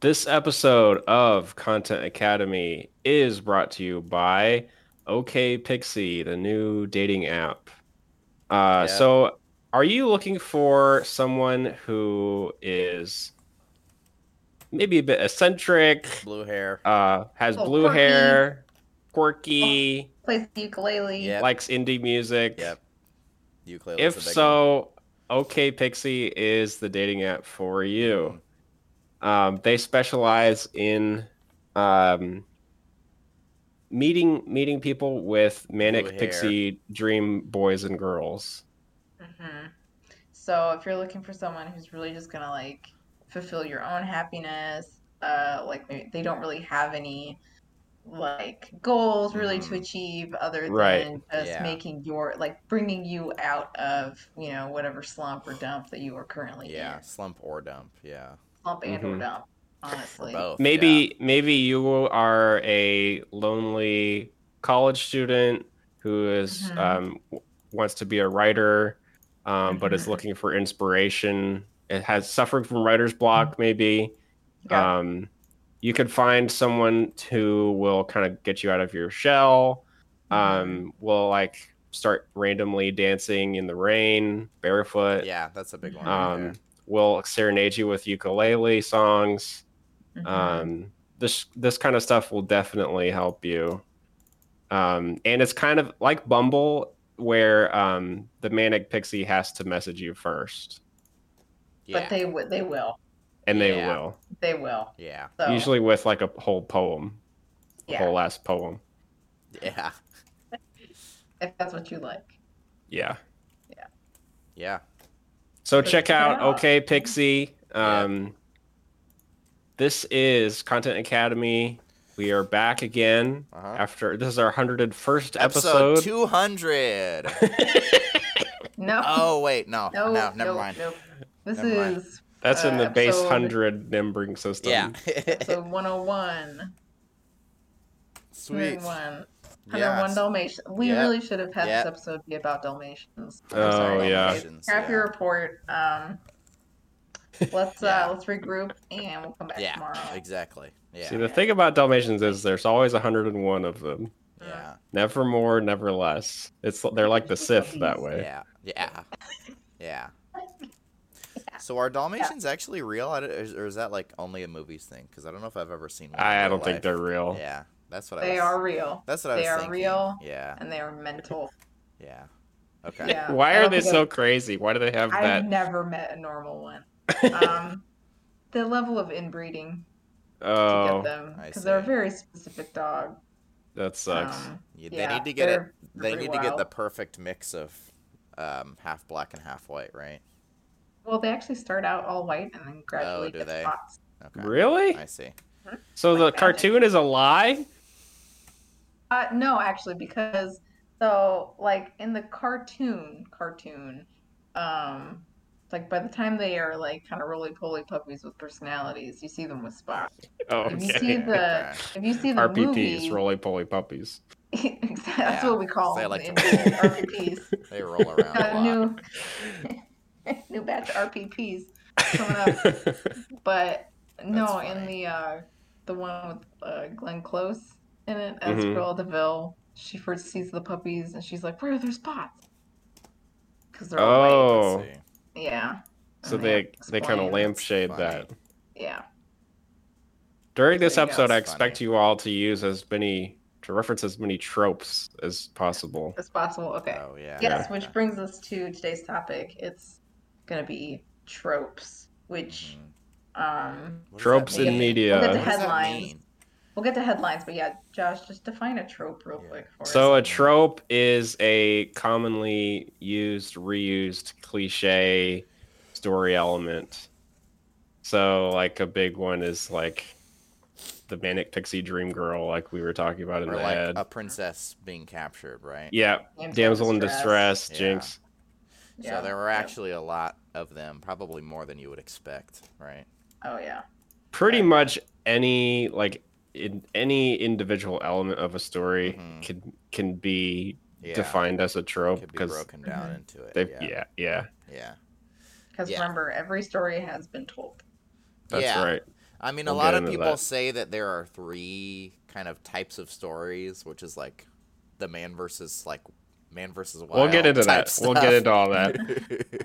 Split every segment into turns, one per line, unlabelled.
This episode of Content Academy is brought to you by OK Pixie, the new dating app. Uh,
Yeah.
So, are you looking for someone who is maybe a bit eccentric,
Blue hair.
uh, has
Oh,
blue
quirky.
hair, quirky,
plays the ukulele.
Yep.
likes indie music?
Yep. Ukulele.
if so, OK Pixie is the dating app for you.
Hmm.
Um, they specialize in um, meeting meeting people with manic
Blue hair.
pixie dream boys and girls.
hmm So if you're looking for someone who's really just gonna like fulfill your own happiness, uh, like they- they don't really have any like goals really to
Mhm.
achieve other than
Right.
just
Yeah.
making your like bringing you out of you know whatever slump or dump that you are currently
yeah,
in.
slump or dump. Yeah,
slump and or
Mhm.
dump.
or
Honestly,
both.
Maybe maybe you are a lonely college student who is,
Mhm.
um, w- wants to be a writer, um, but is
Mhm.
looking for inspiration. It has suffering from writer's block, maybe.
yeah,
um, you could find someone who will kind of get you out of your shell
Mm-hmm.
um, will like start randomly dancing in the rain
Yeah,
barefoot
yeah, that's a big one. right
uh, um,
there.
will serenade you with ukulele songs
Mhm.
um, this this kind of stuff will definitely help you um, and it's kind of like bumble where um, the manic pixie has to message you first
yeah,
but they would, they will,
and they
Yeah.
will
they will.
yeah,
So
usually with like a whole poem a
yeah,
whole last poem
yeah,
if that's what you like.
Yeah.
yeah.
So
So
check
check it
out
out.
OK Pixie.
Yeah.
Um, This is Content Academy. We are back again
Uh-huh.
after this is our hundred and first
Episode,
episode.
two hundred.
No,
oh wait, no, no,
no,
never
no,
mind.
no. This
Never mind.
is
That's in
Uh,
the base
episode-
hundred numbering system.
Yeah,
So 101.
sweet.
101.
Yeah,
101 Dalmatians. We
Yep.
really should have had
Yep.
this episode be about Dalmatians. I'm
Oh,
sorry.
yeah.
Okay, Scrap your report. Um, let's
Yeah.
uh, let's regroup and we'll come back
Yeah,
tomorrow.
exactly. Yeah,
See, the thing about Dalmatians is there's always 101 of them.
yeah,
Never more, never less. It's they're like the Sith that way.
yeah, yeah, yeah. So are Dalmatians actually real, I don't- or is- or is that like only a movies thing? Because I don't know if I've ever seen one. in
I, I
real
don't think
life.
they're real.
Yeah, that's what I.
They
was,
are real
That's what I
they
was
are
thinking.
real.
Yeah,
and they are mental.
yeah. Okay.
Yeah.
Why
I
are
don't
they
think
so
I've-
crazy? Why do they have
I've
that?
never met a normal one. Um, the level of inbreeding to get
Oh,
them
I
because they're a
see.
very specific dog.
that sucks.
Um,
You-
yeah,
they need to get it.
they're- they're
They
pretty
need to get the
wild.
perfect mix of um, half black and half white, right?
Well, they actually start out all white and then gradually
Oh, do
get
they?
spots.
Okay.
Really?
I see.
So the
Like magic.
cartoon is a lie?
Uh, no, actually, because so like in the cartoon, cartoon, um, like by the time they are like kind of roly poly puppies with personalities, you see them with spots.
Oh,
If you see
okay.
the if you see the
RPPs,
movie,
roly poly puppies.
exactly, that's
Yeah,
what we call
they
them.
like
the
to-
Indian RPPs.
They roll around
Got
a
a
lot.
new new batch of RPPs coming up. But no,
That's
in
funny.
the uh, the one with uh, Glenn Close in it as
Mhm.
Cruella Deville, she first sees the puppies and she's like, "Where are their spots?" Because they're all white.
Oh.
Let's see.
Yeah.
so
And
they
have to
they kind of
explain.
lampshade
funny.
that.
Yeah.
During this
Yeah,
episode, I
it's
expect
funny.
you all to use as many to reference as many tropes as possible.
As possible. Okay.
Oh yeah.
yes,
yeah.
which brings us to today's topic. It's gonna be tropes, which
Mhm.
um
What does that
Tropes in
mean? We'll get
media.
What
to
does that
headlines.
mean?
we'll get to headlines, but yeah, Josh, just define a trope real
Yeah.
quick for
So
us.
a trope is a commonly used, reused cliche story element. So like a big one is like the manic pixie dream girl, like we were talking about in
Or
the
like
ad.
a princess being captured, right?
Yeah,
Damsel in
damsel in distress,
Yeah.
Jinx.
So there were actually a lot of them, probably more than you would expect, right?
Oh yeah.
Pretty
Right.
much any like in any individual element of a story
Mhm.
can can be
Yeah.
defined as a trope
Could be
because
broken down
Mhm.
into it.
they
Yeah.
yeah.
Yeah.
yeah
yeah.
Because
Yeah.
remember, every story has been told.
that's
Yeah.
right
I mean, a
We'll
lot
get
of
into
people
that.
say that there are three kind of types of stories, which is like the man versus like man versus wild.
We'll get into
type
that. We'll get into all that.
that.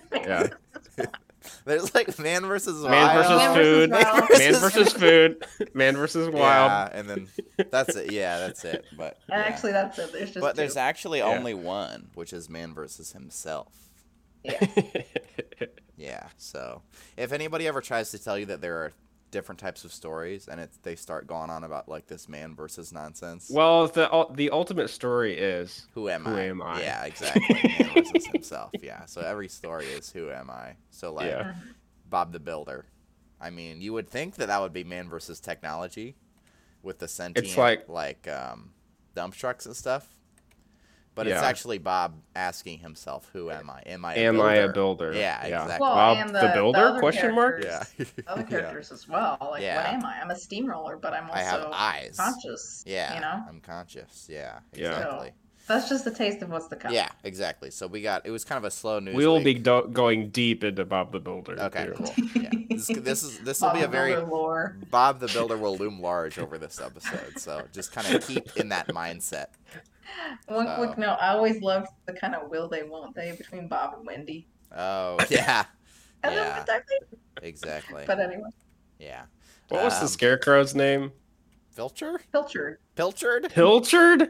Yeah.
There's like man versus wild.
Man versus
Man versus
food.
wild.
Man versus food. Man versus wild.
Yeah, and then that's it. Yeah, that's it. But
And
yeah.
actually, that's it. There's just
but
two.
there's actually
Yeah.
only one, which is man versus himself.
Yeah.
Yeah. So if anybody ever tries to tell you that there are different types of stories and it's they start going on about like this man versus nonsense,
well, the ul- the ultimate story is
who am
who
I?
am I?
Yeah, exactly. man versus himself. Yeah. So every story is who am I? So like
yeah.
Bob the Builder. I mean, you would think that that would be man versus technology with the sentient
like-
like um, dump trucks and stuff. But it's
Yeah.
actually Bob asking himself, "Who am I? Am I? A
Am
builder?
I a builder?
Yeah, exactly.
Well,
Bob
and
the
the,
Builder?
other
Question mark?
Yeah.
characters- Other characters as well. Like,
Yeah.
what am I? I'm a steamroller, but I'm
I have
also
eyes.
conscious.
Yeah,
You know,
I'm conscious. Yeah,
Yeah. So-
exactly.
that's just a taste of what's to come.
Yeah, exactly. So we got it was kind of a slow news.
We will be
week.
do- going deep into Bob the Builder.
okay.
too.
Cool. Yeah. This, this is this will be a
Bob
very
Builder lore.
Bob the Builder will loom large over this episode. So just kind of keep in that mindset.
One
so-
quick note: I always loved the kind of will they, won't they between Bob and Wendy.
Oh yeah,
I love
Yeah.
it, Dudley.
exactly.
But anyway,
Yeah,
What was
Um,
the scarecrow's name?
Filcher,
Pilchard.
Pilchard.
Pilchard?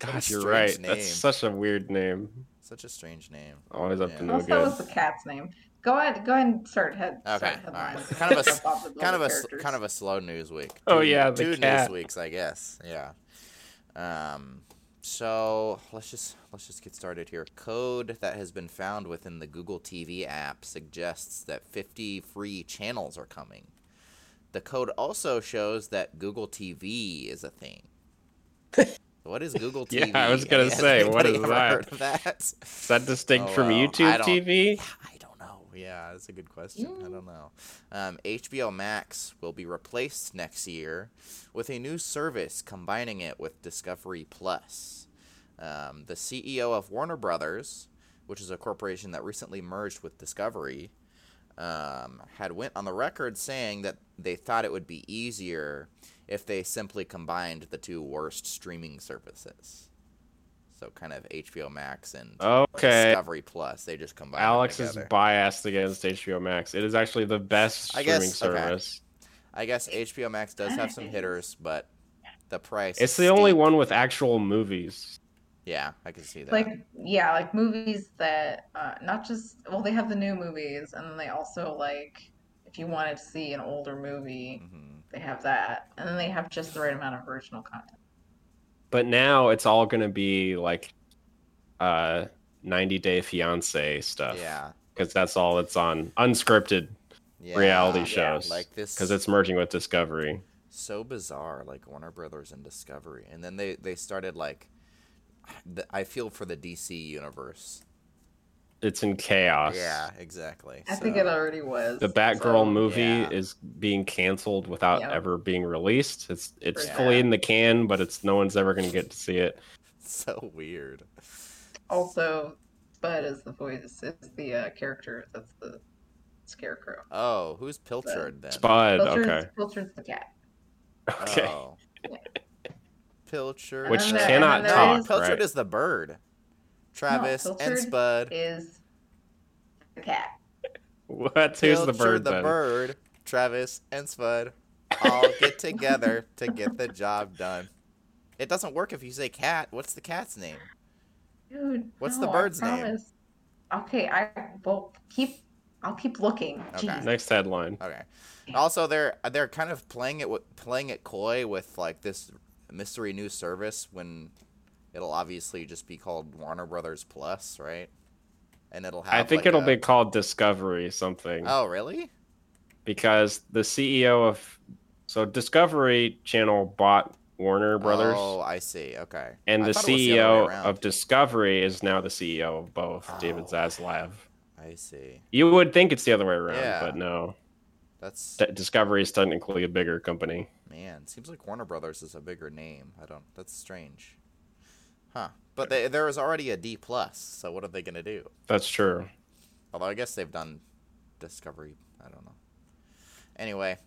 God,
a
you're right.
strange name.
That's such a weird name.
Such a strange name.
Always up
Yeah.
to
What
no
the hell was
good.
the cat's name? Go ahead. Go ahead and start head.
Okay,
Start
all right.
headlines.
Kind of a s-
Bob the Builder
kind of a s-
characters.
kind of a slow news week.
Oh,
Two-
yeah, the
two
cat.
news weeks, I guess. Yeah. Um. So let's just let's just get started here. Code that has been found within the Google TV app suggests that 50 free channels are coming. The code also shows that Google TV is a thing. What is Google
Yeah,
TV?
I was gonna
Has
say, what
anybody
is
ever
that?
Heard of that?
Is that distinct
Oh,
from
wow. I
YouTube
don't-
TV?
I don't know. Yeah, that's a good question. I don't know. Um, HBO Max will be replaced next year with a new service combining it with Discovery Plus. Um, the CEO of Warner Brothers, which is a corporation that recently merged with Discovery, um, had went on the record saying that they thought it would be easier if they simply combined the two worst streaming services. So kind of HBO Max and
Oh, Okay.
Discovery Plus. They just combined.
Alex
them
is
together.
biased against HBO Max. It is actually the best
I
streaming
guess- okay.
service.
I guess HBO Max does have some hitters, but the price.
It's the
is
only
steep.
one with actual movies.
Yeah, I can see that.
like yeah like movies that uh not just well they have the new movies and then they also like if you wanted to see an older
Mm-hmm.
movie
Mhm.
they have that and then they have just the right amount of original content
But now it's all going to be like uh 90 Day Fiance stuff.
yeah,
Because that's all it's on. Unscripted.
yeah,
reality shows,
Like this,
Because it's merging with Discovery.
so bizarre. Like Warner Brothers and Discovery, and then they they started like. the- I feel for the DC universe.
It's in chaos.
Yeah, exactly.
i think
so-
it already was
The Batgirl
so-
movie
yeah.
is being canceled without
Yeah.
ever being released. It's it's
Yeah.
fully in the can, but it's no one's ever going to get to see it.
so weird.
also bud is the voice is the uh, character that's the scarecrow
Oh, who's Pilchard then?
Spud.
Pilchard's,
Okay.
Pilchard's the cat
Okay.
Oh. Pilchard.
Which
And then-
cannot
and then
talk.
there is-
Pilchard
right?
is the bird. Travis and
Pilchard
Spud.
is the cat
What? Who's the
Pilchard
bird?
the
then?
bird. Travis and Spud all get together to get the job done. It doesn't work if you say cat. What's the cat's name?
Dude,
What's
no,
the
I
bird's name?
promise. Okay, I will keep. I'll keep looking.
Okay.
Jeez.
Next headline.
Okay. Also, they're they're kind of playing it with, playing it coy with like this mystery new service when it'll obviously just be called Warner Brothers Plus, right? And it'll have.
I think
like,
it'll
a-
be called Discovery something
Oh really?
because the CEO of so Discovery Channel bought Warner Brothers
Oh, I see. Okay.
and
I
the
thought it was the other way
CEO
around.
of Discovery is now the CEO of both, David
Oh.
Zaslav.
I see.
You would think it's the other way around,
Yeah.
but no.
That's
D- Discovery is technically a bigger company.
Man, seems like Warner Brothers is a bigger name. I don't. That's strange, huh? But they, there was already a D plus. So what are they gonna do?
That's true.
Although I guess they've done Discovery. I don't know. Anyway,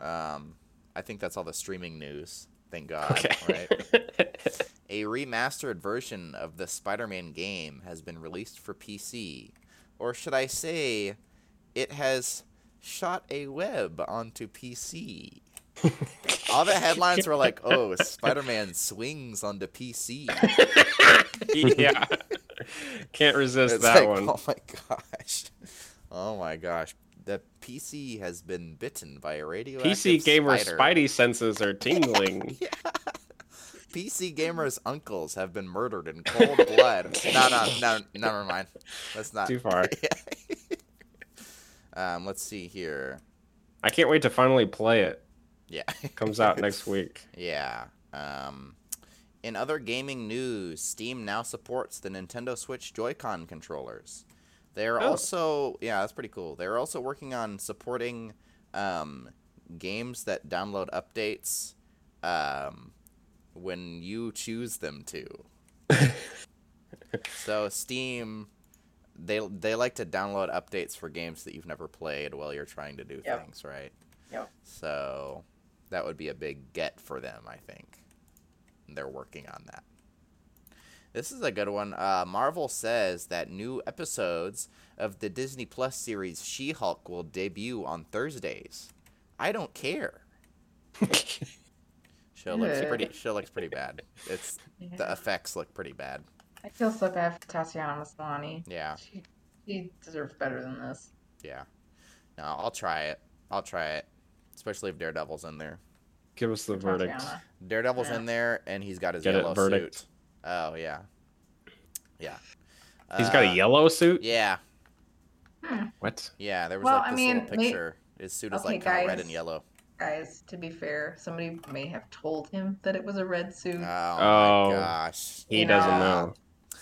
Um, I think that's all the streaming news. Thank God.
Okay.
Right? A remastered version of the Spider Man game has been released for PC. Or should I say, it has shot a web onto PC. All the headlines were like, oh, Spider Man swings onto PC.
yeah. Can't resist
It's
that
like,
one.
Oh my gosh. Oh my gosh. The PC has been bitten by a radioactive
PC gamer
spider.
Spidey senses are tingling.
PC gamers' uncles have been murdered in cold blood. No, no, no, never mind. Let's not.
Too far.
Um, let's see here.
I can't wait to finally play it.
Yeah.
Comes out next week.
Yeah. Um, in other gaming news, Steam now supports the Nintendo Switch Joy-Con controllers. They are
Oh.
also yeah, that's pretty cool. They're also working on supporting um, games that download updates um, when you choose them to. so Steam, they they like to download updates for games that you've never played while you're trying to do
Yep.
things, right?
Yep.
So that would be a big get for them, I think. And They're working on that. This is a good one. Uh, Marvel says that new episodes of the Disney Plus series She Hulk will debut on Thursdays. I don't care. she looks pretty. She looks pretty bad. It's the effects look pretty bad.
I feel so bad for Tatiana Maslany.
Yeah,
She, she deserves better than this.
yeah. No, I'll try it. I'll try it, especially if Daredevil's in there.
Give us the verdict.
Tatiana.
Daredevil's
Yeah.
in there, and he's got his
Get
yellow
it, verdict.
suit. Oh yeah, yeah.
He's got a
Uh,
yellow suit?
Yeah,
What?
yeah. There was
Well,
like
I
this
mean,
little
may-
picture. His suit is
Okay,
like kind of red
guys.
and yellow.
Guys, to be fair, somebody may have told him that it was a red suit.
Oh,
Oh.
my gosh.
He doesn't
Yeah.
know.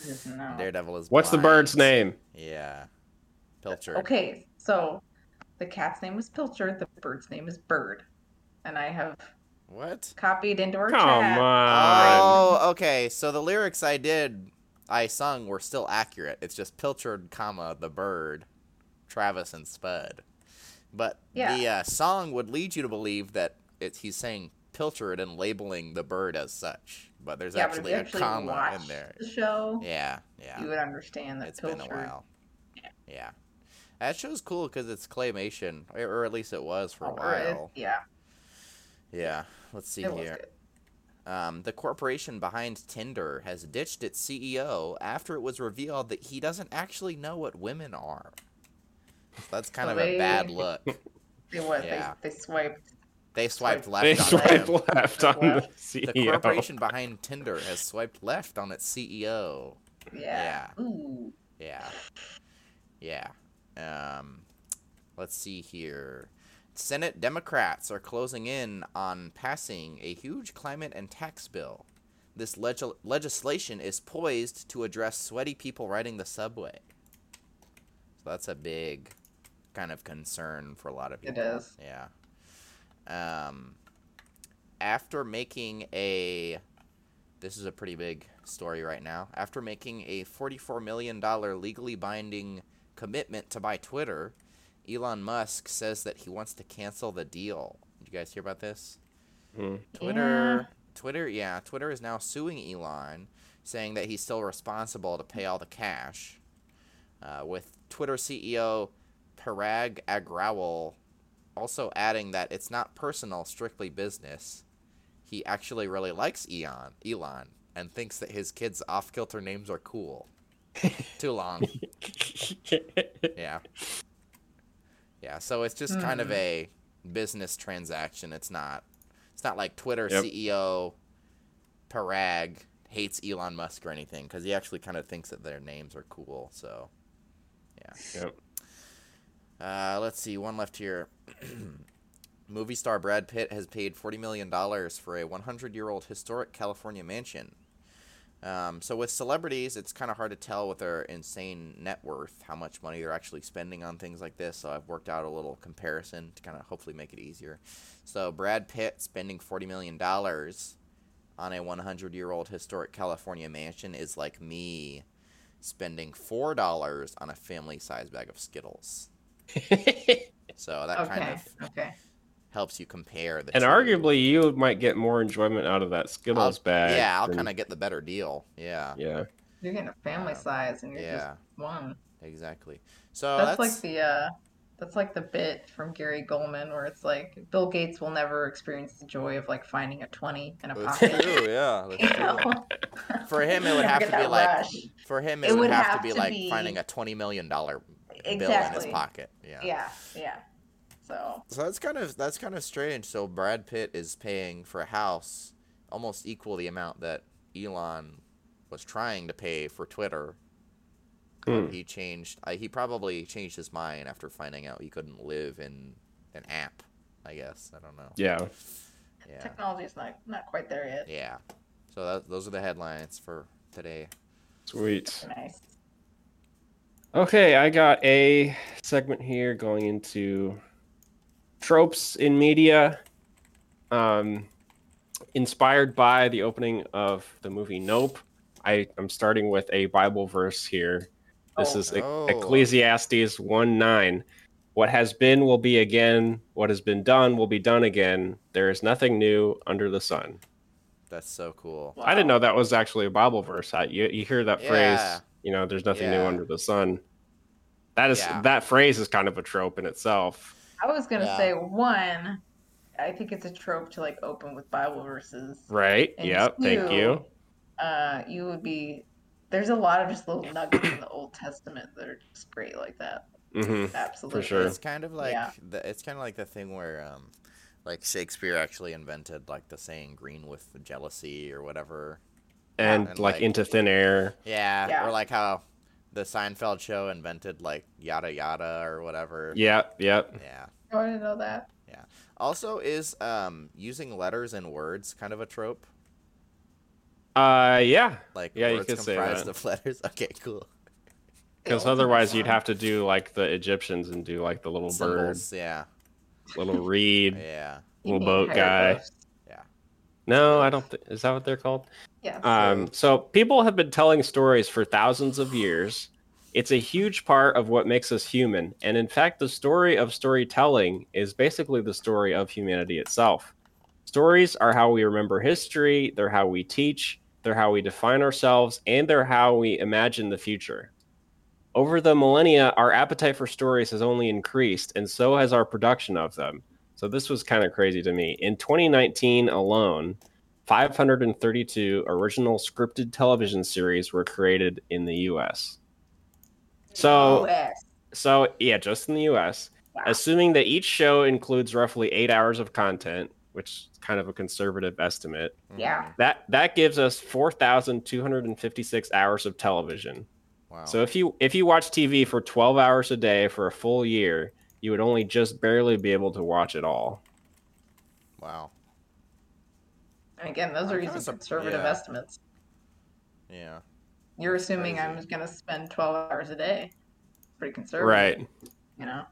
He doesn't know.
Daredevil is.
What's the
blind.
bird's name?
Yeah, Pilcher.
Okay, so the cat's name is Pilcher, the bird's name is Bird. And I have
What?
copied into our chat.
Come on.
Oh, okay. So the lyrics I did, I sung, were still accurate. It's just Pilchard, comma the bird, Travis and Spud. But the uh, song would lead you to believe that it's he's saying Pilchard and labeling the bird as such. But there's
Yeah, but if
actually
you
a
actually
comma in
watched
there.
The show,
Yeah, yeah.
you would understand that
It's
Pilcher.
been a while. Yeah. That show's cool because it's claymation, or- or at least it was for a
or it-
while.
yeah,
Yeah. Let's see
it was
here.
good.
Um, the corporation behind Tinder has ditched its CEO after it was revealed that he doesn't actually know what women are. So that's kind
So
of a bad
they-
look.
They what?
Yeah.
They, they swiped.
They swiped left
They
on
swipe
him.
left on the E
Left.
The
CEO.
corporation behind Tinder has swiped left on its E CEO.
Yeah. Ooh.
Yeah. Yeah. Um, let's see here. Senate Democrats are closing in on passing a huge climate and tax bill. This leg- legislation is poised to address sweaty people riding the subway. So that's a big kind of concern for a lot of
It
people.
is.
Yeah. Um, after making a this is a pretty big story right now. After making a $44 million legally binding commitment to buy Twitter, Elon Musk says that he wants to cancel the deal. Did you guys hear about this?
Hmm.
Twitter, Twitter, yeah, Twitter is now suing Elon, saying that he's still responsible to pay all the cash. Uh, with Twitter CEO Parag Agrawal also adding that it's not personal, strictly business. He actually really likes Elon, Elon, and thinks that his kids' off kilter names are cool. Too long yeah. Yeah, so it's just kind of
Hmm.
a business transaction. It's not it's not like Twitter
Yep.
CEO Parag hates Elon Musk or anything cuz he actually kind of thinks that their names are cool. So,
Yep.
uh, let's see, one left here. Movie star Brad Pitt has paid $40 million for a 100 year old historic California mansion. Um, so, with celebrities, it's kind of hard to tell with their insane net worth how much money they're actually spending on things like this. So, I've worked out a little comparison to kind of hopefully make it easier. So, Brad Pitt spending $40 million on a 100 year old historic California mansion is like me spending $4 on a family size bag of Skittles. So that
Okay.
kind of
Okay.
helps you compare the
And
two.
arguably, you might get more enjoyment out of that Skittles
I'll-
bag.
yeah, I'll
than-
kind of get the better deal. Yeah,
Yeah.
You're getting a family
Um,
size and you're just
yeah,
one.
exactly. So that's,
that's, like the uh that's like the bit from Gary Goldman where it's like Bill Gates will never experience the joy of like finding a twenty in a
that's
pocket.
true. Yeah,
You
that's true.
know?
For him, it
You
would
never
have
get
to be
that
like
rush.
for him it,
It
would,
would
have,
have
to be
to
like
be-
finding a twenty million dollar bill in his
exactly.
pocket. Yeah.
Yeah, yeah. So
So that's kind of that's kind of strange. So Brad Pitt is paying for a house almost equal the amount that Elon was trying to pay for Twitter.
Hmm.
He changed. I, he probably changed his mind after finding out he couldn't live in an app. I guess I don't know.
Yeah.
Yeah.
technology's not not quite there yet.
Yeah. So that, those are the headlines for today.
Sweet.
Nice.
Okay, I got a segment here going into tropes in media, um, inspired by the opening of the movie Nope. I am starting with a Bible verse here. This
Oh.
is E-
Oh.
Ecclesiastes 1 9. What has been will be again. What has been done will be done again. There is nothing new under the sun.
That's so cool.
I didn't
Wow.
know that was actually a Bible verse. I, you, you hear that
Yeah.
phrase, you know, there's nothing
Yeah.
new under the sun. That is
Yeah.
that phrase is kind of a trope in itself.
I was gonna
Yeah.
say one. I think it's a trope to like open with Bible verses.
Right?
And
yep. Thank
two,
you.
Uh, you would be. There's a lot of just little nuggets in the Old Testament that are just great like that.
Mhm.
Absolutely.
sure.
It's kind of like
Yeah.
the, it's kind of like the thing where um like Shakespeare actually invented like the saying green with jealousy or whatever.
And,
And,
like,
like-
into thin air.
Yeah,
Yeah.
or like how the Seinfeld show invented like yada yada or whatever.
Yep. Yep.
Yeah.
Oh, I didn't know that.
Also is um using letters and words kind of a trope?
Uh, yeah.
Like
Yeah, you
words
could say
comprised
that.
of letters. Okay, cool.
Because
The Old
otherwise you'd
Testament.
have to do like the Egyptians and do like the little bird,
Symbols, yeah.
little reed,
Yeah.
You
little
mean
boat guy.
hieroglyphs.
No, I don't. Th- is that what they're called?
Yes.
Um, so people have been telling stories for thousands of years. It's a huge part of what makes us human. And in fact, the story of storytelling is basically the story of humanity itself. Stories are how we remember history, they're how we teach, they're how we define ourselves, and they're how we imagine the future. Over the millennia, our appetite for stories has only increased, and so has our production of them. So this was kind of crazy to me. In 2019 alone, 532 original scripted television series were created in the US. So,
US.
so yeah, just in the US.
Wow.
Assuming that each show includes roughly 8 hours of content, which is kind of a conservative estimate,
Yeah.
Mhm.
that that gives us 4,256 hours of television.
Wow.
So if you if you watch TV for 12 hours a day for a full year, you would only just barely be able to watch it all.
wow.
And again, those
I'm
are
kinda
using
sup-
conservative
yeah.
estimates.
Yeah.
You're assuming
Crazy.
I'm going to spend 12 hours a day. Pretty conservative.
Right.
You know?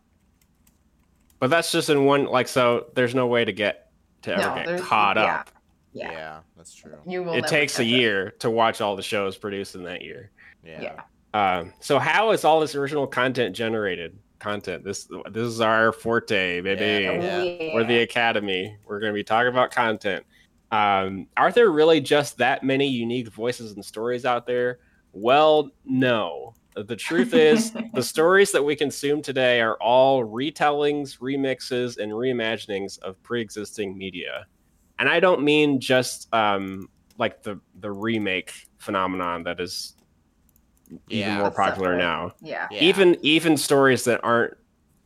But that's just in one like so there's no way to get to ever
No,
get
there's-
caught
yeah.
up.
Yeah.
that's true.
You will.
It
never
takes a
catch
year to watch all the shows produced in that year.
Yeah.
Yeah.
Um, so how is all this original content generated? Content. This this is our forte, baby.
Yeah.
Oh, yeah.
We're the Academy. We're going to be talking about content. Um, are there really just that many unique voices and stories out there? Well, no. The truth is, the stories that we consume today are all retellings, remixes, and reimaginings of pre existing media. And I don't mean just um, like the, the remake phenomenon that is even
Yeah.
more
That's
popular
separate.
now
Yeah.
Yeah.
even even stories that aren't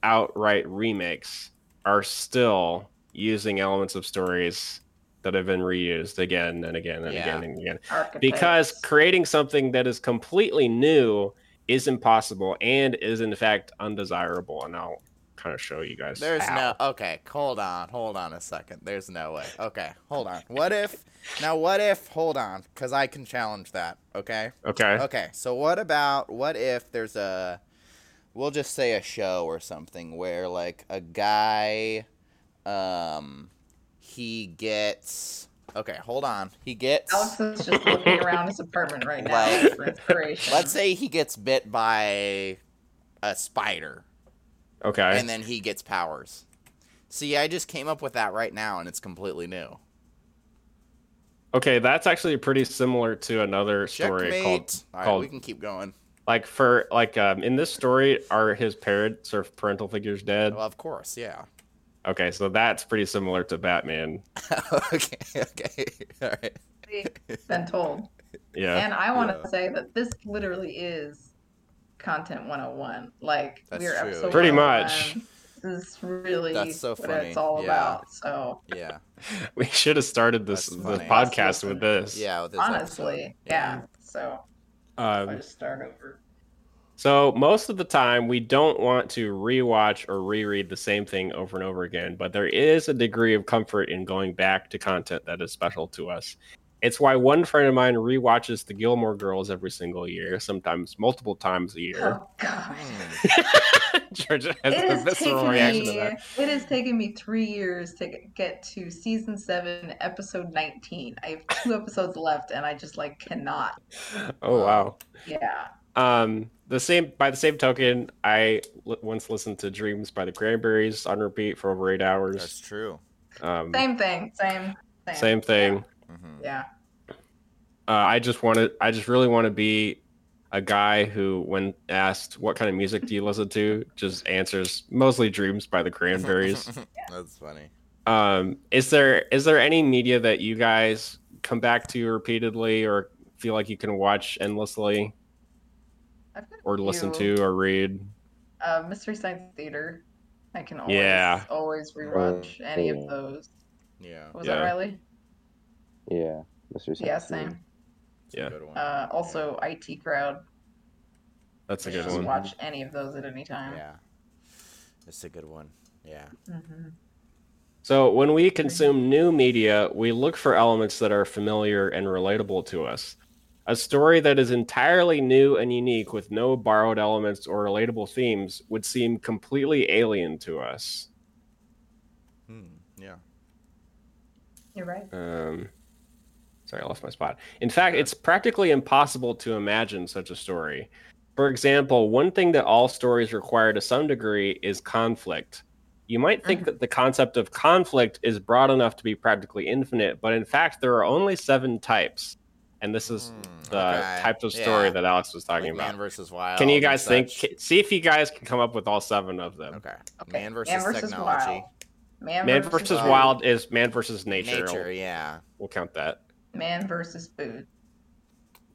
outright remakes are still using elements of stories that have been reused again and again and
Yeah.
again and again
Archetypes.
because creating something that is completely new is impossible and is in fact undesirable and i'll kind of show you guys
There's
how.
no okay. Hold on, hold on a second. There's no way. Okay, hold on. What if? Now, what if? Hold on, because I can challenge that. Okay.
okay
Okay. So what about what if there's a, we'll just say a show or something where like a guy, um, he gets. Okay, hold on. He gets.
Alex is just looking around his apartment right now
Like,
for inspiration.
Let's say he gets bit by a spider,
okay
and then he gets powers. See, I just came up with that right now, and it's completely new.
Okay, that's actually pretty similar to another story
Checkmate.
called
All right,
called-
we can keep going.
like for like um in this story are his parents or parental figures dead?
Well, of course, yeah.
Okay, so that's pretty similar to Batman.
okay, okay, all right.
been told.
Yeah.
And I want to
Yeah.
say that this literally is content 101. Like
That's
we're
true,
episode
Pretty
101.
much.
This is really
That's so
what
funny,
it's all
yeah.
about. So
Yeah,
We should have started this
That's
the
funny.
podcast with this.
yeah. with this
honestly,
episode.
yeah. So I'll
Um,
just start over.
so most of the time we don't want to rewatch or reread the same thing over and over again, but there is a degree of comfort in going back to content that is special to us. It's why one friend of mine rewatches the Gilmore Girls every single year, sometimes multiple times a year.
Oh god.
Hmm.
Georgia has
It
a
has,
visceral
taken
reaction to
me,
that.
it has taken me three years to g- get to season seven, episode 19. I have two episodes left and I just like cannot.
Oh wow.
Yeah.
Um, the same by the same token, I l- once listened to "Dreams" by the Cranberries on repeat for over eight
That's
hours.
true.
Um,
Same thing. Same. Same,
same thing.
hmm
Yeah.
Uh, I just want to. I just really want to be a guy who, when asked what kind of music do you listen to, just answers mostly "Dreams" by the Cranberries.
That's funny.
um, is there is there any media that you guys come back to repeatedly or feel like you can watch endlessly
I've got a
or listen
few.
to or read?
uh, Mystery Science Theater. I can always
Yeah.
always rewatch any of those.
Yeah.
Was
Yeah.
that Riley?
Yeah, Mr. Science
Yeah,
Theater.
same.
it's a
Yeah.
good one.
Uh, also, IT Crowd.
That's a
You
good
can
one.
Watch any of those at any time.
Yeah. It's a good one. Yeah.
Mhm.
So, when we consume new media, we look for elements that are familiar and relatable to us. A story that is entirely new and unique with no borrowed elements or relatable themes would seem completely alien to us.
Hmm. Yeah.
You're right.
Um, sorry, I lost my spot. In fact, it's practically impossible to imagine such a story. For example, one thing that all stories require to some degree is conflict. You might think
Mm-hmm.
Mhm.
that the concept of conflict is broad enough to be practically infinite, but in fact, there are only seven types. And this is
Hmm,
the
okay,
types of story
yeah.
that Alex was talking
Like Man
about.
versus Wild.
Can you
and
guys think?
such.
See if you guys can come up with all seven of them.
Okay.
Okay.
Man versus technology.
Wild. Man,
Man versus
Wild.
Wild is man versus nature.
Nature. yeah.
We'll count that.
Man versus food.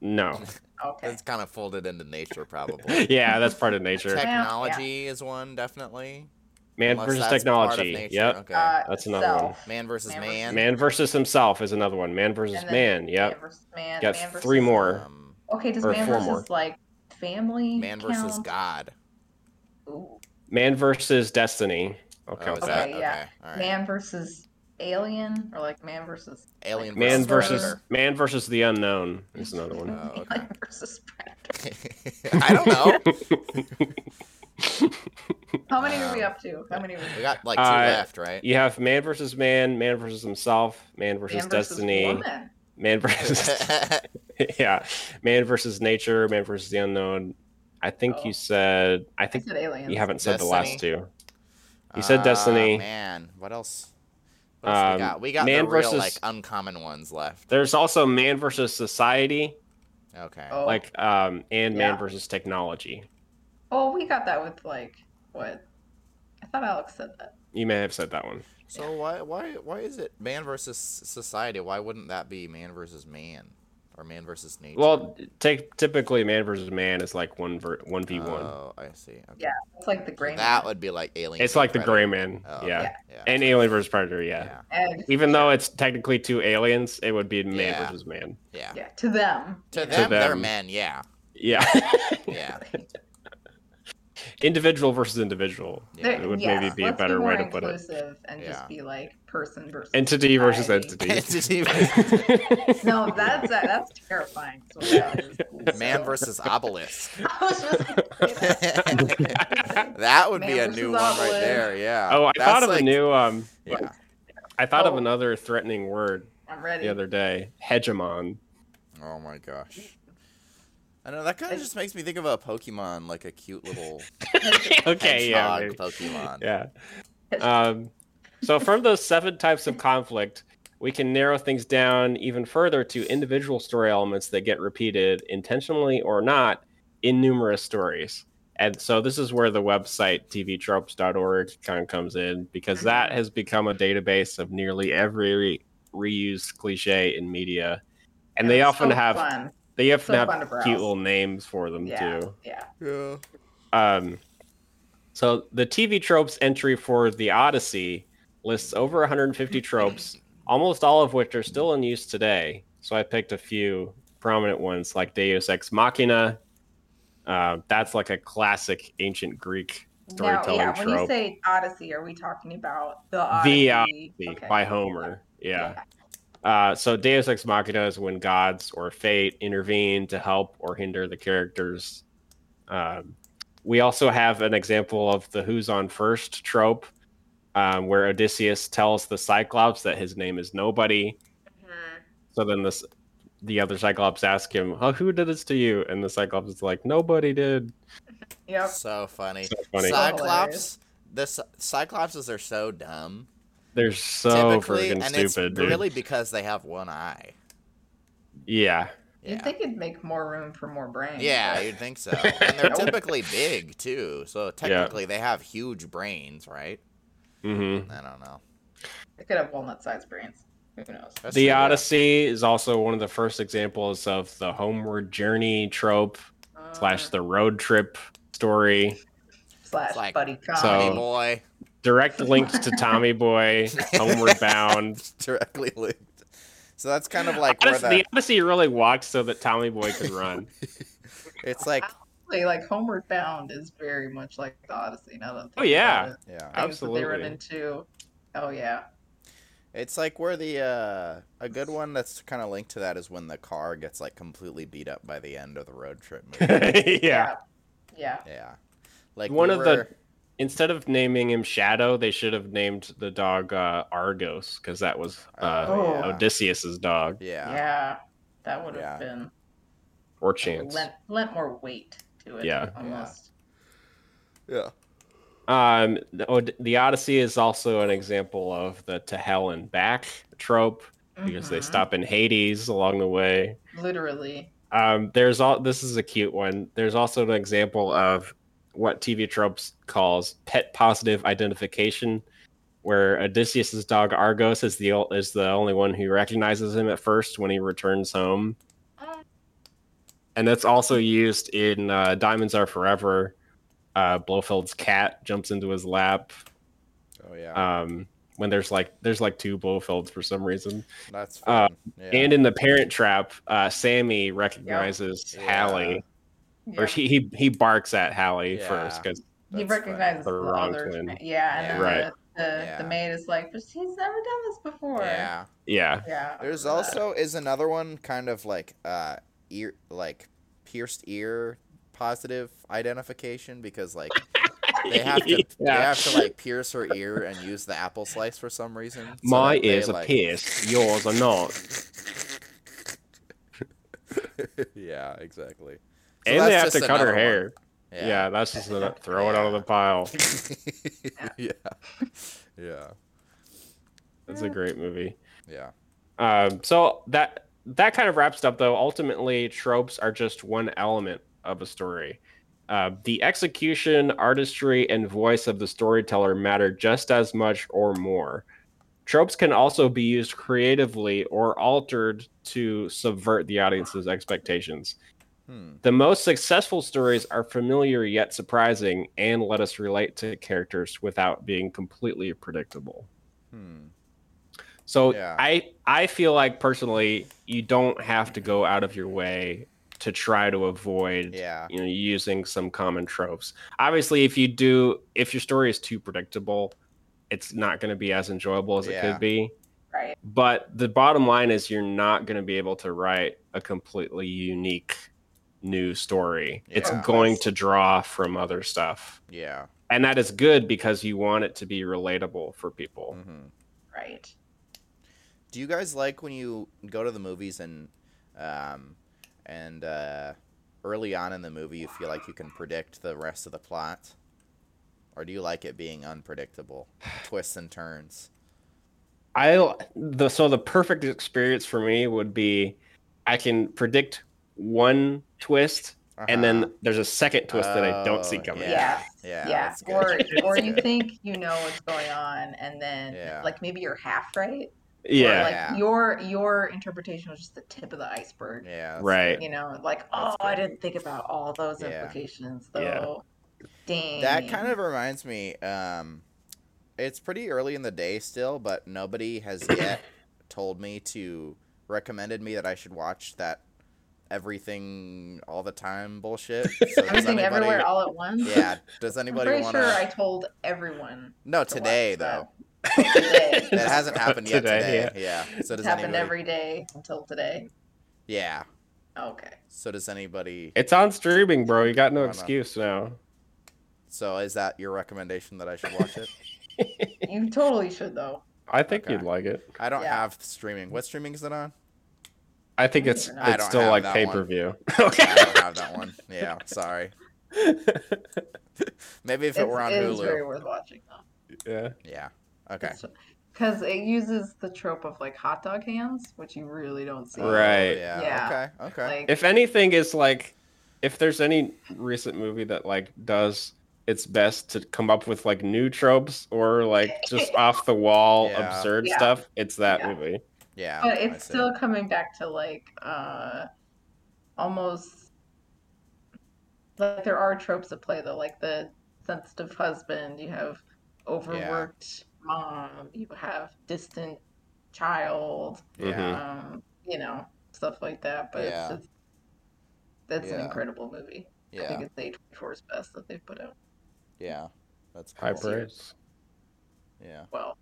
No.
Okay.
It's kind of folded into nature, probably.
yeah, that's part of nature.
Tech-
Technology is one definitely.
Man
Unless
versus
that's part of
technology.
nature,
Yep.
Okay.
Uh,
That's another
self.
one.
man versus
man versus-
man.
Man versus himself is another one. Man versus
And then
man.
Man
Yep.
versus man.
Got
man versus,
three more.
Um,
Okay, does
or
man
four
versus
more.
like family?
man versus
count?
God.
Ooh.
Man versus destiny. I'll
Oh,
count
is
that.
that?
Okay, yeah.
All right.
Man versus alien, or like man versus
Alien
Man
versus.
versus man versus the unknown is another one.
Oh, okay.
Alien versus predator.
predator. I don't know.
How many are we
Um,
up to? How many? Are we
We got like two
Uh,
left, right?
You have man versus man, man versus himself, man versus
Man versus
destiny,
woman.
man versus yeah, man versus nature, man versus the unknown. I think
Oh.
you said I
I
think
said aliens.
you haven't said the last two. You
Ah,
said Destiny.
Man, what else? What else
Um,
we got? We got
man
the real
versus-
like uncommon ones left.
There's also man versus society,
Okay.
Oh.
like um, and man
Yeah.
versus technology.
Oh, we got that with like what? I thought Alex said that.
You may have said that one.
So why why why is it man versus society? Why wouldn't that be man versus man or man versus nature?
Well, take typically man versus man is like one ver- one v one.
Oh, I see. Okay.
Yeah, It's like the gray.
That would be like alien.
It's like the
Predator.
gray man,
Oh, okay.
yeah.
Yeah.
And alien versus predator, yeah.
yeah.
egg.
Even though it's technically two aliens, it would be man
Yeah.
versus man.
Yeah.
yeah, to them.
To them, they're
them.
men. Yeah.
Yeah,
Yeah.
individual versus individual,
Yeah.
It would
yes,
maybe be a
let's
better
be
way
more
to put it.
inclusive And
Yeah.
just be like person versus
entity versus
society.
entity.
No, that's that's terrifying. is what that is.
Man
So-
versus obelisk.
I was just gonna say that.
that would be a
Man
new one
versus
right
obelisk.
there. Yeah.
oh, I
That's
thought of
like-
a new um.
Yeah.
I thought of
Oh.
another threatening word
I'm ready.
the other day. Hegemon.
Oh my gosh. I know that kind of
It's-
just makes me think of a Pokemon, like a cute little
okay, yeah,
hedgehog
maybe.
Pokemon.
yeah. Um, So from those seven types of conflict, we can narrow things down even further to individual story elements that get repeated intentionally or not in numerous stories. And so this is where the website tvtropes.org kind of comes in because
Mm-hmm.
that has become a database of nearly every re- reused cliche in media. And they
It's
often
so
have
fun.
they often
So fun to
have
browse.
cute little names for them
Yeah,
too.
yeah.
Yeah.
Um, so the TV tropes entry for the Odyssey lists over 150 tropes, almost all of which are still in use today. So I picked a few prominent ones like Deus Ex Machina. Uh, that's like a classic ancient Greek storytelling
now, yeah, when you
trope.
say Odyssey, are we talking about the
The
Odyssey? Okay.
by Homer. Yeah. Uh, so Deus Ex Machina is when gods or fate intervene to help or hinder the characters. Um, we also have an example of the who's on first trope, um, where Odysseus tells the Cyclops that his name is nobody.
Mhm.
So then this, the other Cyclops asks him, oh, "Who did this to you?" And the Cyclops is like, "Nobody did."
Yep.
So funny.
So funny.
Cyclops.
hilarious.
The Cy- Cyclopses are so dumb.
They're so
typically,
freaking
and
stupid,
it's
dude.
really because they have one eye.
Yeah.
Yeah.
You'd think it'd make more room for more brains.
Yeah,
but-
you'd think so. And they're typically big too, so technically they have huge brains, right?
hmm
I don't know.
They could have walnut-sized brains. Who knows?
That's true,
the
yeah.
Odyssey is also one of the first examples of the homeward journey trope slash
Uh,
the road trip story.
slash
like-
buddy cop.
So-
Honey boy,
Direct links to Tommy Boy, Homeward Bound.
directly linked. So that's kind of like where
Honestly,
the,
the Odyssey really walks so that Tommy Boy could run.
it's like
Honestly, like Homeward Bound is very much like the Odyssey. Now that I'm
Oh,
thinking
yeah.
about it.
yeah,
Things that They run
Absolutely.
into. Oh yeah.
it's like where the uh, a good one that's kind of linked to that is when the car gets like completely beat up by the end of the road trip movie.
yeah.
Yeah.
yeah, like
One
we
of the-
were-
Instead of naming him Shadow, they should have named the dog uh, Argos because that was uh,
Oh,
yeah.
Odysseus's dog
Yeah.
yeah,
That would have
Yeah.
been
or Chance.
lent lent more weight to it.
Yeah.
Almost.
yeah,
Um, the, Od- the Odyssey is also an example of the to hell and back trope because they
Mhm.
stop in Hades along the way.
Literally.
Um, there's all this is a cute one. There's also an example of what TV tropes calls pet positive identification, where Odysseus's dog Argos is the ol- is the only one who recognizes him at first when he returns home, and that's also used in uh, Diamonds Are Forever. Uh, Blofeld's cat jumps into his lap
oh yeah,
um, when there's like there's like two Blofelds for some reason.
that's
uh,
fun. yeah.
And in the Parent Trap, uh, Sammy recognizes
Yeah.
Hallie, or
Yeah.
he, he he barks at Hallie
Yeah.
first because
he
That's funny.
recognizes
The
the,
wrong
other
twin.
ma- yeah, and then
Yeah.
the, the,
Yeah.
the maid is like, but he's never done this before.
yeah.
yeah,
Yeah. I
Uh,
There's
remember that.
also is another one kind of like uh ear like pierced ear positive identification because like they have to they
Yeah.
have to like pierce her ear and use the apple slice for some reason. so
my
that they,
ears are
like-
pierced, yours are not,
yeah, exactly. So
and
that's
they have
just
to cut her
another
hair.
one.
Yeah. that's just another- throw it
Yeah.
out of the pile.
yeah. Yeah.
That's a great movie.
Yeah.
Um, so that that kind of wraps it up though. Ultimately, tropes are just one element of a story. Uh, the execution, artistry, and voice of the storyteller matter just as much or more. Tropes can also be used creatively or altered to subvert the audience's expectations.
Hmm.
The most successful stories are familiar yet surprising and let us relate to characters without being completely predictable.
Hmm.
So
Yeah.
Oh, I I feel like personally you don't have to go out of your way to try to avoid
Yeah.
you know using some common tropes. Obviously if you do if your story is too predictable, it's not going to be as enjoyable as it
Yeah.
could be.
right.
But the bottom line is you're not going to be able to write a completely unique new story. It's
Yeah.
going to draw from other stuff.
Yeah.
And that is good because you want it to be relatable for people.
Mhm.
Right.
Do you guys like when you go to the movies and um and uh early on in the movie you feel like you can predict the rest of the plot? Or do you like it being unpredictable? Twists and turns.
I the so the perfect experience for me would be I can predict one twist and
Uh-huh.
then there's a second twist that I don't see
Oh,
coming.
Yeah.
Yeah.
yeah,
yeah.
that's good.
Or
That's
or you
good.
think you know what's going on and then
Yeah.
like maybe you're half right. Or
Yeah.
like
Yeah.
your your interpretation was just the tip of the iceberg.
yeah, that's
Right.
You know, like,
That's
oh I
good.
didn't think about all those
Yeah.
implications
Yeah.
though. Dang.
That kind of reminds me. Um, it's pretty early in the day still, but nobody has yet told me to recommended me that I should watch that everything all the time bullshit. So does
everything
anybody-
everywhere all at once.
Yeah. Does
I'm
anybody
pretty
want
sure
to?
I told everyone
No,
to
today
watch
though.
That,
That hasn't happened yet today.
Today,
Yeah. So
it's
does
happened
anybody?
every day until today.
Yeah.
Okay.
So does anybody?
It's on streaming, bro. You got no
Why not?
excuse now.
So is that your recommendation that I should watch it?
You totally should though.
I think
Okay.
you'd like it.
I don't
Yeah.
have streaming. What streaming is it on?
I think it's
I
don't
it's still
have
like
that
pay
one.
per view.
I don't have that one. Yeah. Sorry. Maybe if it
it's,
were on
it is
Hulu.
very worth watching though.
yeah.
Yeah. Okay.
Because it uses the trope of like hot dog hands, which you really don't see.
Right.
Oh, yeah.
Yeah.
Okay. Okay.
Like,
If anything, it's like if there's any recent movie that like does its best to come up with like new tropes or like just off the wall
Yeah.
absurd
Yeah.
stuff, it's that
Yeah.
movie.
yeah.
but
I
it's
see.
still coming back to like uh almost like there are tropes at play though, like the sensitive husband, you have overworked mom, you have distant child,
Yeah.
um, you know, stuff like that. But
Yeah.
it's just that's an
Yeah.
incredible movie. I
Yeah.
think it's A24's best that they've put out.
Yeah. That's cool.
High praise.
Yeah.
Well,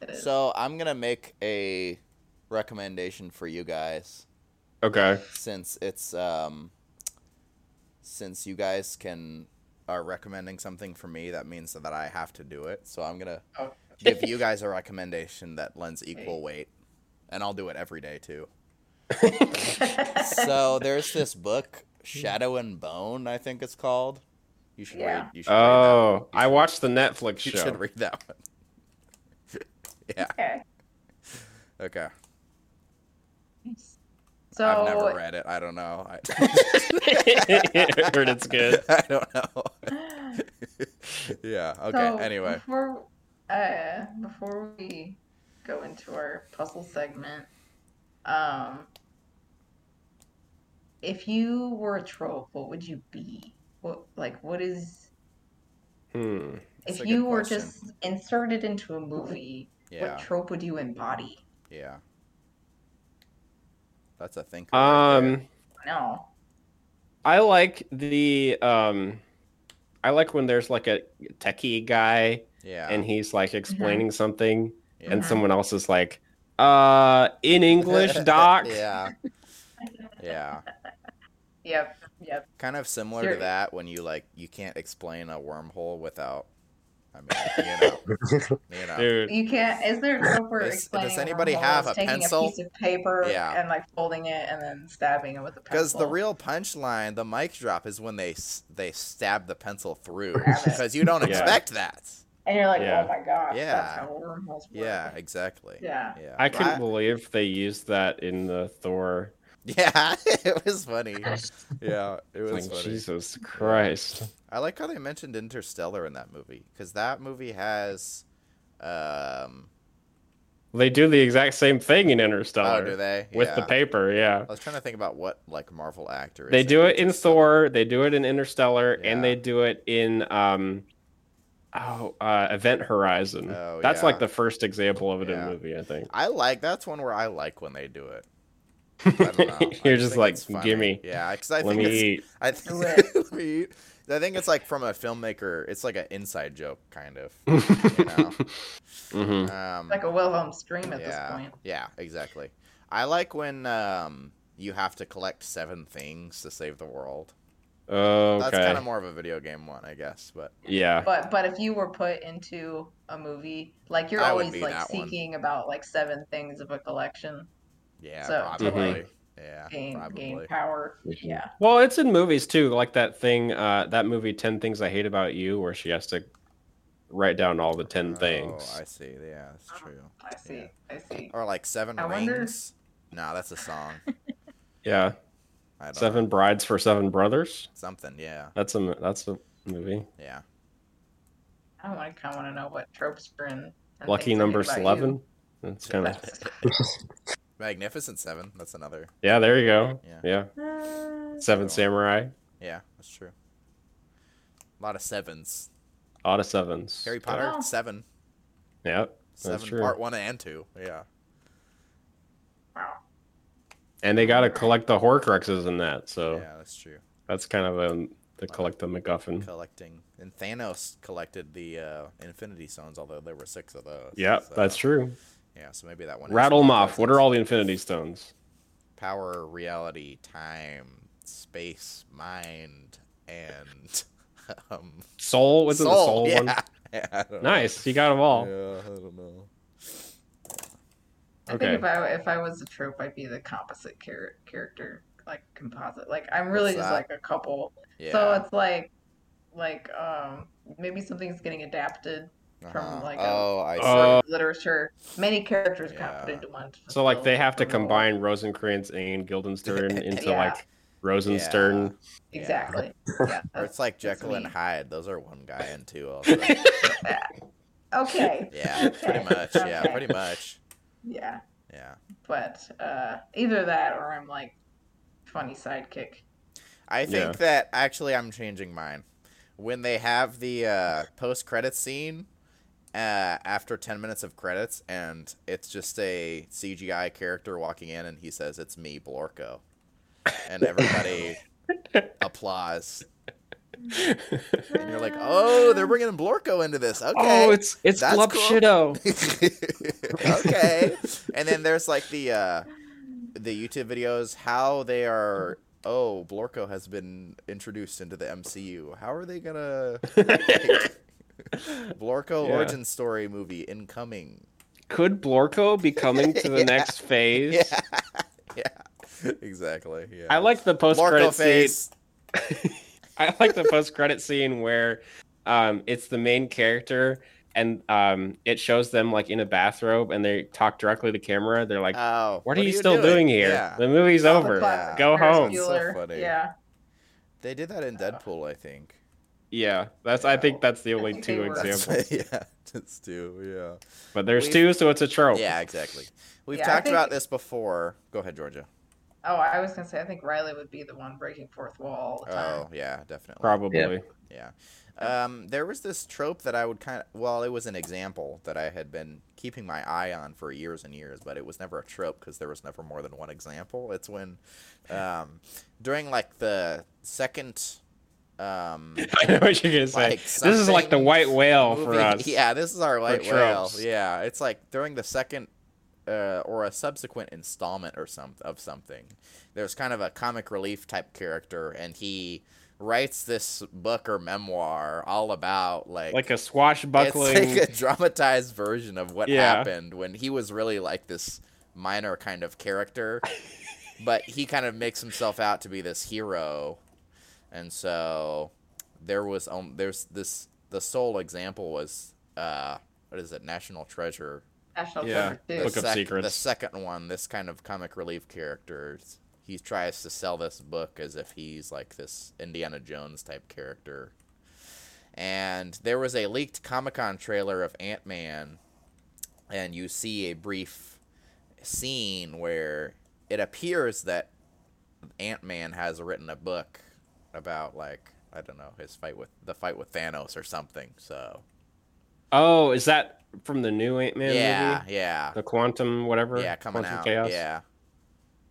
it is.
So I'm gonna make a recommendation for you guys
Okay.
since it's um since you guys can are recommending something for me that means that I have to do it. So I'm gonna
Oh.
give you guys a recommendation that lends equal weight, and I'll do it every day too. so there's this book, Shadow and Bone, I think it's called. You should
Yeah.
read. You should
Oh,
read that.
I watched the Netflix
You should, you
show.
should read that one.
okay.
Okay.
So
I've never read it. I don't know. I,
Heard it's good.
I don't know. yeah. Okay.
so
anyway.
before uh, before we go into our puzzle segment, um, if you were a trope, what would you be? What like what is
Hmm.
That's a
if
good
you were
question.
just inserted into a movie?
Yeah.
What trope would you embody?
Yeah. That's a thinker. right there.
Um,
No,
I like the um, I like when there's like a techie guy
yeah.
and he's
Mm-hmm.
like explaining something,
yeah.
and someone else is like, "Uh, in English, doc."
yeah. Yeah.
yep, yep.
Kind of similar
You're-
to that when you like you can't explain a wormhole without. I mean, you know. you know.
Dude,
You can't. Is there a trope where
Does- does
explaining a
anybody
wormhole
have
is
a
taking
pencil?
piece of paper
Yeah.
and like folding it and then stabbing it with a pencil?
Because the real punchline, the mic drop, is when they s- they stab the pencil through.
Grab it.
Because you don't
Yeah.
expect that.
and you're like,
Yeah.
oh my gosh,
Yeah.
that's how wormholes work.
Yeah, exactly.
yeah.
Yeah.
I couldn't
Well,
believe they used that in the Thor.
Yeah, it was funny. Yeah, it was
Like,
funny.
Jesus Christ.
I like how they mentioned Interstellar in that movie because that movie has, um,
They do the exact same thing in
oh,
Interstellar
do they?
with the
Yeah.
paper. Yeah.
I was trying to think about what like Marvel actor. is
They do it in
Interstellar.
Thor. They do it in Interstellar,
Yeah.
and they do it in um, oh, uh, Event Horizon.
Oh,
That's
yeah.
like the first example of it
Yeah.
in a movie, I think.
I like that's one where I like when they do it. I don't know. I
You're just
think
like,
it's funny.
"Gimme.
Yeah, because I
Let
think
me
it's
eat.
I th-
Do it.
let me eat. I think it's like from a filmmaker. It's like an inside joke, kind of. You know?
hmm
Um,
Like a Wilhelm scream at
yeah,
this point.
yeah, exactly. I like when um, you have to collect seven things to save the world.
Okay.
That's kind of more of a video game one, I guess. But
yeah.
But but if you were put into a movie, like you're
I would
always
be
like
that one.
seeking about like seven things of a collection,
yeah,
So,
probably.
to, like,
yeah,
gain
Uh, probably.
gain power.
Mhm.
Yeah.
Well, it's in movies too, like that thing, uh, that movie Ten Things I Hate About You, where she has to write down all the ten
Oh,
things.
I see. Yeah, that's true.
I see.
Yeah.
I see.
Or like Seven
I
Rings.
wonder-
Nah, that's a song.
Yeah,
I don't
Seven
know.
Brides for Seven Brothers.
Something. Yeah.
That's a mo- that's a movie.
Yeah.
I want to kind of want to know what tropes are in. and
Lucky
things I hate
number
about you.
eleven. That's kind of
That's-
Magnificent Seven. That's another.
yeah. There you go.
Yeah.
Yeah,
Uh,
Seven Samurai.
Yeah, that's true. A lot of sevens.
A lot of sevens.
Harry Potter
Wow.
seven.
Yep.
Seven
true.
part one and two. Yeah.
wow.
And they got to collect the Horcruxes in that, so
Yeah, that's true.
that's kind of a to collect the MacGuffin.
Collecting and Thanos collected the uh, Infinity Stones, although there were six of those.
Yep,
so-
that's true.
Yeah, so maybe that one.
Rattle 'em
actually
off.
does
What are
exist.
all the Infinity Stones?
power, reality, time, space, mind, and um,
Soul. Was it the soul
yeah.
one?
Yeah, I don't know.
Nice. You got them all.
Yeah, I don't know.
I
Okay.
think if I if I was a trope, I'd be the composite char- character, like composite. Like I'm really
What's
just
that?
like a couple.
Yeah.
So it's like, like um maybe something's getting adapted from, like, a-
oh, I see.
Oh.
from literature. Many characters got put
Yeah.
into one. to
So like
fulfill
they have to
the role.
combine Rosencrantz and Guildenstern into
Yeah.
like Rosenstern.
Yeah.
Exactly. Yeah,
or
that's-
it's like
that's
Jekyll and
me.
Hyde. Those are one guy and two. Also.
Okay.
yeah, pretty much. Yeah,
Okay.
pretty much.
Yeah.
Yeah.
But uh, either that or I'm like funny sidekick.
I think
Yeah.
that actually I'm changing mine. When they have the uh, post credits scene uh, after 10 minutes of credits, and it's just a CGI character walking in, and he says, It's me, Blorko. And everybody applauds. And you're like, Oh, they're bringing Blorko into this. Okay.
Oh, it's it's
That's
Glub
cool.
Shido.
okay. And then there's like the uh, the YouTube videos how they are. Oh, Blorko has been introduced into the MCU. How are they gonna Blorko
Yeah.
origin story movie incoming?
Could Blorko be coming to the
Yeah.
next phase?
Yeah, yeah, exactly. Yeah,
I like the post
Blorko
credit scene.
face.
I like the post credit scene where um, it's the main character and um, it shows them like in a bathrobe and they talk directly to camera. They're
Uh,
like,
Oh,
"What are you still doing, here?
Yeah.
The movie's
All the
over.
classic
Go
Ferris
home."
So
Bueller.
funny.
Yeah.
They did that in Deadpool, I think.
Yeah, that's. I think that's the
I
only
think
two
they were.
That's-
examples.
yeah, just two. Yeah.
But there's
We've-
two, so it's a trope.
Yeah, exactly. We've
Yeah, I
talked
think-
about this before. Go ahead, Georgia.
Oh, I was gonna say I think Riley would be the one breaking fourth wall all the time.
Oh, yeah, definitely.
Probably.
Yeah.
Yeah.
Oh.
Um, there was this trope that I would kind of, well, it was an example that I had been keeping my eye on for years and years, but it was never a trope because there was never more than one example. It's when, um, during like the second, um,
I know what you're gonna say.
Like
this is like the
something
white whale for
movie-
us.
Yeah, this is our white whale.
tropes.
Yeah, it's like during the second uh, or a subsequent installment or some of something. There's kind of a comic relief type character, and he writes this book or memoir all about like
Like a
it's
swashbuckling.
like a dramatized version of what
Yeah.
happened when he was really like this minor kind of character, but he kind of makes himself out to be this hero, and so there was um there's this the sole example was uh what is it National Treasure
National
Yeah.
Treasure too.
the
Book of
The
Secrets.
second one, this kind of comic relief character, he tries to sell this book as if he's like this Indiana Jones type character. And there was a leaked Comic Con trailer of Ant Man, and you see a brief scene where it appears that Ant Man has written a book about like I don't know his fight with the fight with Thanos or something. So
oh, is that from the new Ant Man
yeah,
movie?
yeah,
The Quantum whatever.
Yeah, coming
Quantum
out.
Chaos?
Yeah,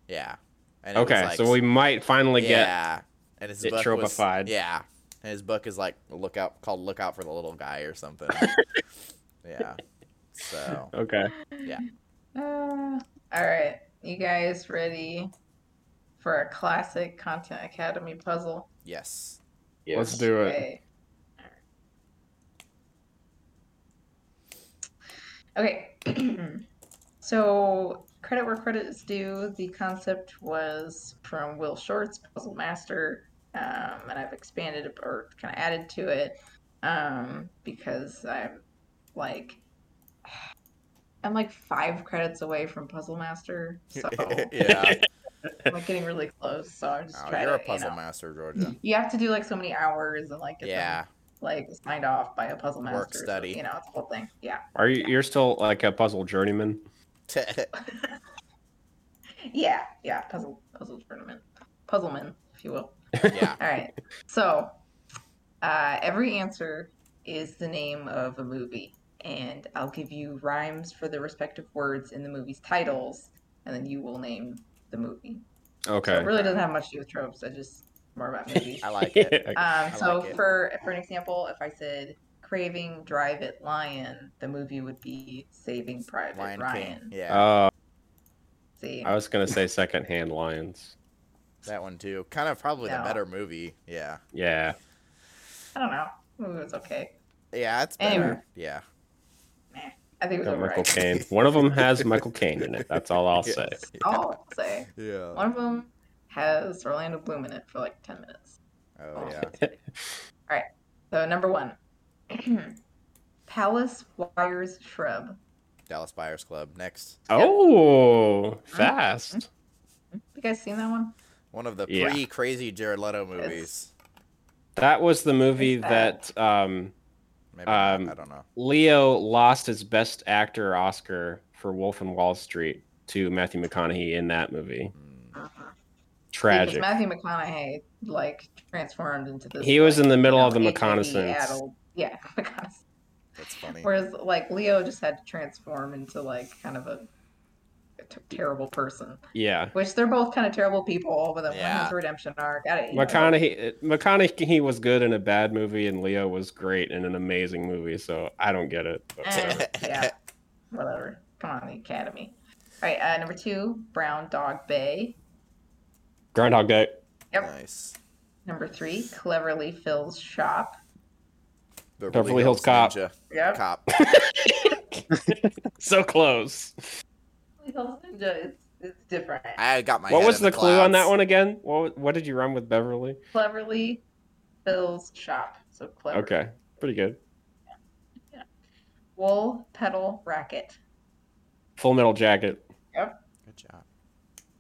yeah. And it was
Okay,
like-
so we might finally get.
yeah, and his
it
book was-
tropified.
yeah, and his book is like look out called "Look Out for the Little Guy" or something. yeah. So
Okay.
Uh, all right, you guys ready for a classic Content Academy puzzle?
yes,
Yes.
Let's do it.
Okay. Okay. so, credit where credit is due. The concept was from Will Short's Puzzle Master, um, and I've expanded or kind of added to it. um, because I'm like I'm like five credits away from Puzzle Master, so
yeah.
I'm like getting really close. So I'm just
Oh,
trying
you're a
to,
puzzle
you, know,
master, Georgia.
you have to do like so many hours and like get
yeah.
them, like signed off by a Puzzle Master.
Work
so,
study.
you know, it's a whole thing. Yeah,
Are you? You're still like a puzzle journeyman.
yeah, yeah. Puzzle Puzzle Tournament, Puzzleman, if you will.
yeah.
All right. So, uh, every answer is the name of a movie, and I'll give you rhymes for the respective words in the movie's titles, and then you will name the movie. So
Okay.
it really doesn't have much to do with tropes. I just more about movies.
I like it.
Um,
I
so
like it.
for for an example, if I said "Craving Drive It Lion," the movie would be "Saving Private
Lion
Ryan."
King. Yeah.
Uh,
See,
I was gonna say secondhand lions.
that one too. Kind of probably the
No.
better movie. Yeah.
Yeah.
I don't know. The movie was okay.
Yeah, it's better.
Anyway.
Yeah.
I think it was
Got Michael
overrated.
Caine. One of them has Michael Caine in it. That's all I'll say.
I'll say.
Yeah.
One of them has Orlando Bloom in it for like 10 minutes.
Oh yeah.
So, number one Palace Wires Shrub.
Dallas Buyers Club. Next.
Uh-huh.
Oh, fast.
You guys seen that one?
One of the
Yeah.
pre crazy Jared Leto
Yes.
movies.
That was the movie
Who's that?
that um,
Maybe not,
Um,
I don't know.
Leo lost his Best Actor Oscar for Wolf and Wall Street to Matthew McConaughey in that movie.
Mm.
Tragic.
Because Matthew McConaughey like transformed into this.
He was
like,
in the middle
you
of the
know, ADD
reconnaissance.
adult- Yeah, reconnaissance.
That's funny.
Whereas like Leo just had to transform into like kind of a, a t- terrible person.
Yeah.
Which they're both kind of terrible people, but then one
Yeah.
has a redemption arc. I don't- you know,
McConaughey uh, McConaughey was good in a bad movie and Leo was great in an amazing movie, so I don't get it. but
Eh.
whatever.
yeah. whatever. Come on, the Academy. All right, uh, number two, Brown Dog Bay.
Groundhog Day.
Yep.
Nice.
Number three, Cleverly Phil's Shop.
Beverly Hills Cop.
Ninja.
Yep.
Cop.
So close.
Cleverly Phil's Ninja is, is different.
I got my.
what
head
was
in
the, clue on that
clouds.
one again? What what did you run with Beverly?
Cleverly Phil's Shop. So clever.
Okay. Pretty good.
Wool Pedal Racket.
Full Metal Jacket,
Good job.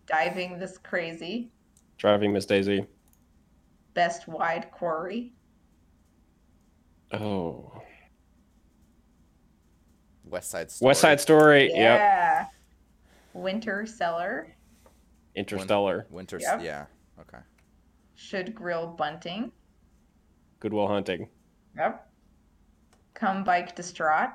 Diving This Crazy.
Driving Miss Daisy.
Best Wide Quarry.
Oh.
West Side Story.
West Side Story. Yep.
Yeah. Winter Cellar.
Interstellar.
Winter. s-
Yep.
Yeah. Okay.
Should Grill Bunting.
Goodwill Hunting.
Yep. Come Bike Distraught.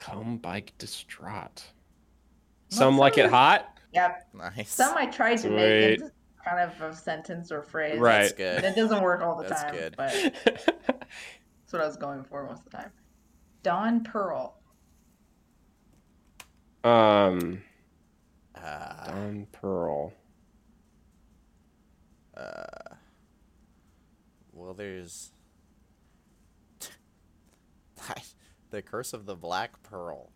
Come bike distraught.
Well,
Some like
some
it
of-
hot.
Yep.
Nice.
Some I tried to make
Sweet.
into kind of a sentence or phrase.
Right.
That's good.
And it doesn't work all the
That's
time,
good.
but that's what I was going for most of the time. Dawn Pearl.
um
Uh,
Don Pearl.
uh, well, there's the Curse of the Black Pearl.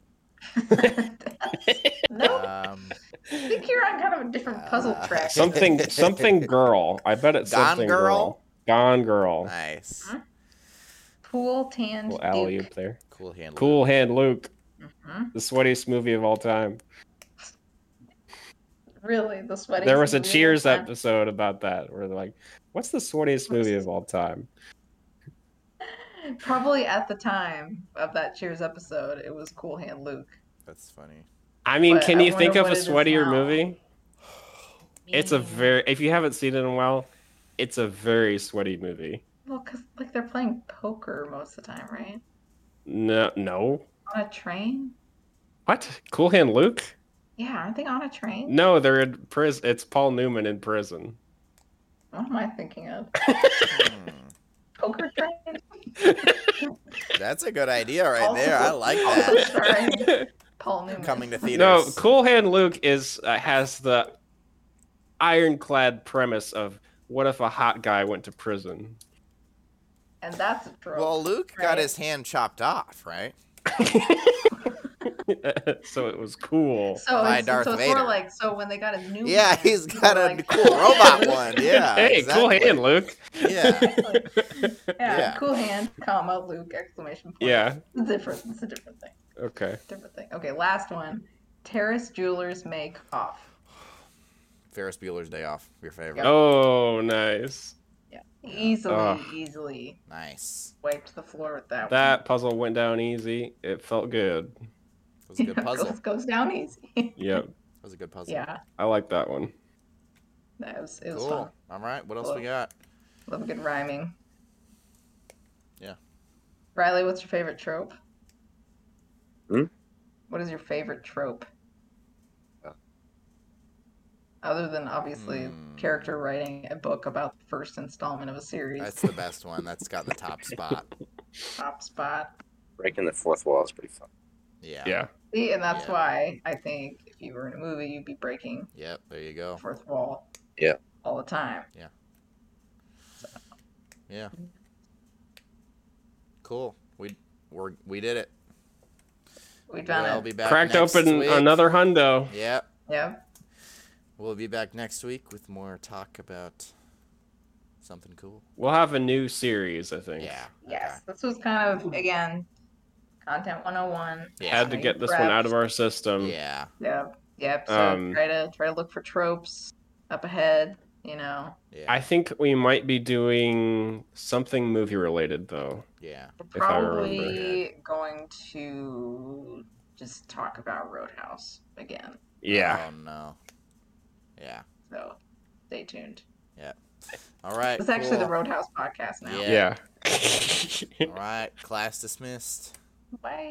No,
Uh,
Um,
I think you're on kind of a different puzzle
Uh,
track.
Something something girl. I bet it's
Gone
something
Girl?
Gone girl.
nice.
Huh? Pool Tanned
Little alley
Duke.
up there.
Cool handle.
Cool hand Luke.
Mhm.
The sweatiest movie of all time.
Really, the sweaty.
There was a Cheers episode about that where they're like, What's the sweatiest movie of all time?
Probably at the time of that Cheers episode, it was Cool Hand Luke.
That's funny.
I mean,
But
can
I
you think
wonder
of a
what it is
sweatier
now.
movie? It's a very if you haven't seen it in a while, it's a very sweaty movie.
well, cause like they're playing poker most of the time, right?
No no.
On a train.
What? Cool hand Luke?
Yeah, aren't they on a train?
No, they're in prison. It's Paul Newman in prison.
Mm-hmm.
What am I thinking of?
Hmm.
Poker train.
That's a good idea right
Also-
there. I like
also
that.
starring Paul Newman.
Coming to theaters.
No, Cool Hand Luke is uh, has the ironclad premise of what if a hot guy went to prison?
And that's a trope.
Well, Luke got
Right.
his hand chopped off, right?
so it was cool.
So,
By
it's,
Darth
so it's
Vader.
more like so when they got a new
Yeah,
man,
he's
people
got
were
a
like,
cool robot one. Yeah.
hey, cool
exactly.
hand, Luke.
Yeah.
yeah,
Yeah.
cool hand, comma, Luke, exclamation point.
Yeah.
It's different. It's a different thing.
Okay.
Different thing. Okay, last one. Terrace jewelers make off.
Ferris Bueller's Day Off, your favorite.
Yep.
Oh, nice.
Yeah. Easily,
Ugh.
easily
Nice.
wiped the floor with that.
That puzzle went down easy. It felt good.
That was a
one.
good puzzle.
goes,
That
goes down easy.
Yep.
was a good puzzle.
yeah,
I like that one.
that was it was fun.
Cool. All right. What else we
Cool.
got?
Love good rhyming.
Yeah.
Riley, what's your favorite trope?
Hmm?
What is your favorite trope?
Oh.
Other than obviously
Uh. Hmm.
character writing a book about the first installment of a series,
That's the best one. That's got the top spot.
top spot.
Breaking the fourth wall is pretty fun.
Yeah.
Yeah.
See, and that's
Yeah.
why I think if you were in a movie, you'd be breaking
Yep. There you
the
go.
fourth wall.
Yeah.
All the time.
Yeah. Cool. We we're, we did it.
We done
We'll
it.
be back.
Cracked
next
open
week.
another hundo.
Yep.
yeah.
We'll be back next week with more talk about something cool.
We'll have a new series, I think.
Yeah.
Yes. This was kind of again content 101.
Yeah.
Had to
How you
get this one out
prepped.
of our
Okay.
system.
Yeah.
Yeah, yep. So
Um,
try to try to look for tropes up ahead. You know,
Yeah.
I think we might be doing something movie related though.
yeah.
we're
If I remember.
probably going to just talk about Roadhouse again.
Yeah.
Oh no. Yeah.
So stay tuned.
All right.
It's actually the
cool.
Roadhouse podcast now.
Yeah.
Yeah.
All right. Class dismissed.
Bye.